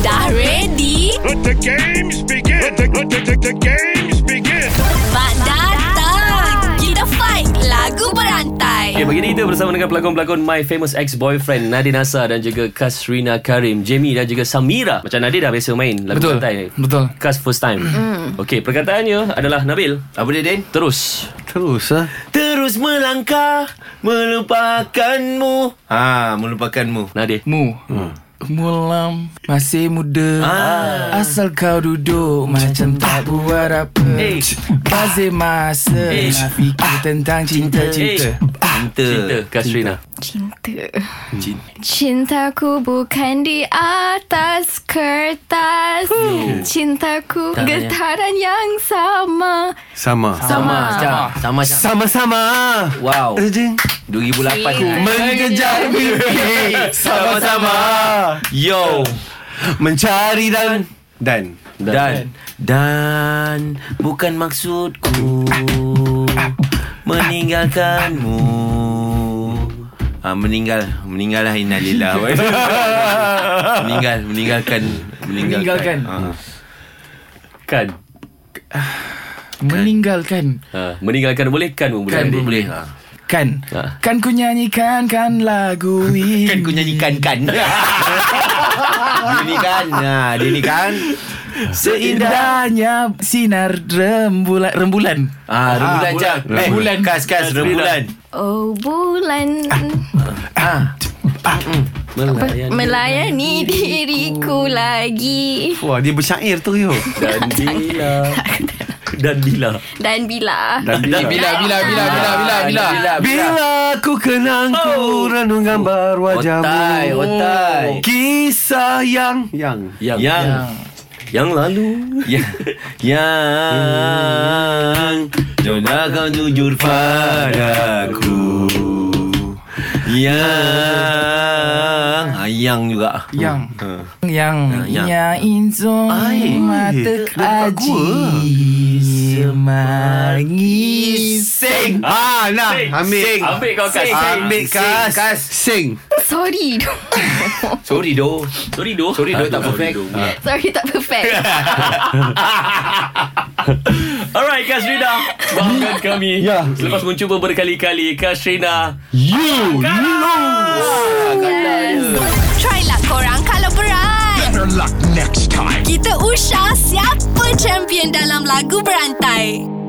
Dah ready? Let the games begin. Let the, let the, the, the games begin. Mak datang! Kita fight lagu berantai. Okay, pagi ni kita bersama dengan pelakon-pelakon My Famous Ex-Boyfriend Nadine Nasa dan juga Kasrina Karim Jamie dan juga Samira Macam Nadine dah biasa main lagu Betul, santai ni betul. Kas first time mm. Okay, perkataannya adalah Nabil Apa dia Din? Terus Terus lah Terus melangkah Melupakanmu Ha melupakanmu Nadir Mu Hmm. Mulam Masih muda ah. Asal kau duduk Macam tak buat apa Eh. Bazir masa Eh. Nak fikir tentang eh. cinta-cinta Cinta Cinta Kasrina Cinta Cinta. Cintaku bukan di atas kertas Cintaku getaran yang sama Sama Sama Sama je Ah, Sama-sama Wow 2008 Mengejar mimpi Sama-sama Yo Mencari dan Dan Dan Dan Bukan maksudku Meninggalkanmu ha, Meninggal Meninggal lah Innalillah Meninggal Meninggalkan Meninggalkan. Ha. Kan Meninggalkan Ah. ha, Meninggalkan boleh Kan pun boleh Kan Nadir. pun Boleh ha. Kan Ah. Kan ku nyanyikan Kan lagu ini Kan ku nyanyikan kan Dia ni kan ha, Dia ni kan Seindah Indahnya sinar rembulan rembulan. Ah, rembulan jam. Eh, Rembulan. Kas, kas, rembulan. Oh bulan Ah. Ah. Melayani. Melayani diriku lagi Wah, dia bersyair tu yo. Dan bila Dan bila Dan bila bila, Ah, bila bila bila bila bila. Bila aku kenang oh. ku renung gambar wajahmu Otai, otai. Kisah yang Yang Yang. Yang Ya. Ah. Yang lalu Yang, yang Jona kau jujur padaku Yang Ah, Yang juga Yang Ah. yang yang. yang insun Ai, mata dekat aji semangis. Sing Ah, nah Ambil Ambil kau kas Ambil kas Sing Sorry Sorry doh Sorry doh Sorry doh tak perfect Ah. Sorry tak perfect Alright Kasrina Maafkan kami Ya. Selepas mencuba berkali-kali Kasrina You lose Try lah korang kalau berat. Better luck next time. Kita usah siapa champion dalam lagu berantai.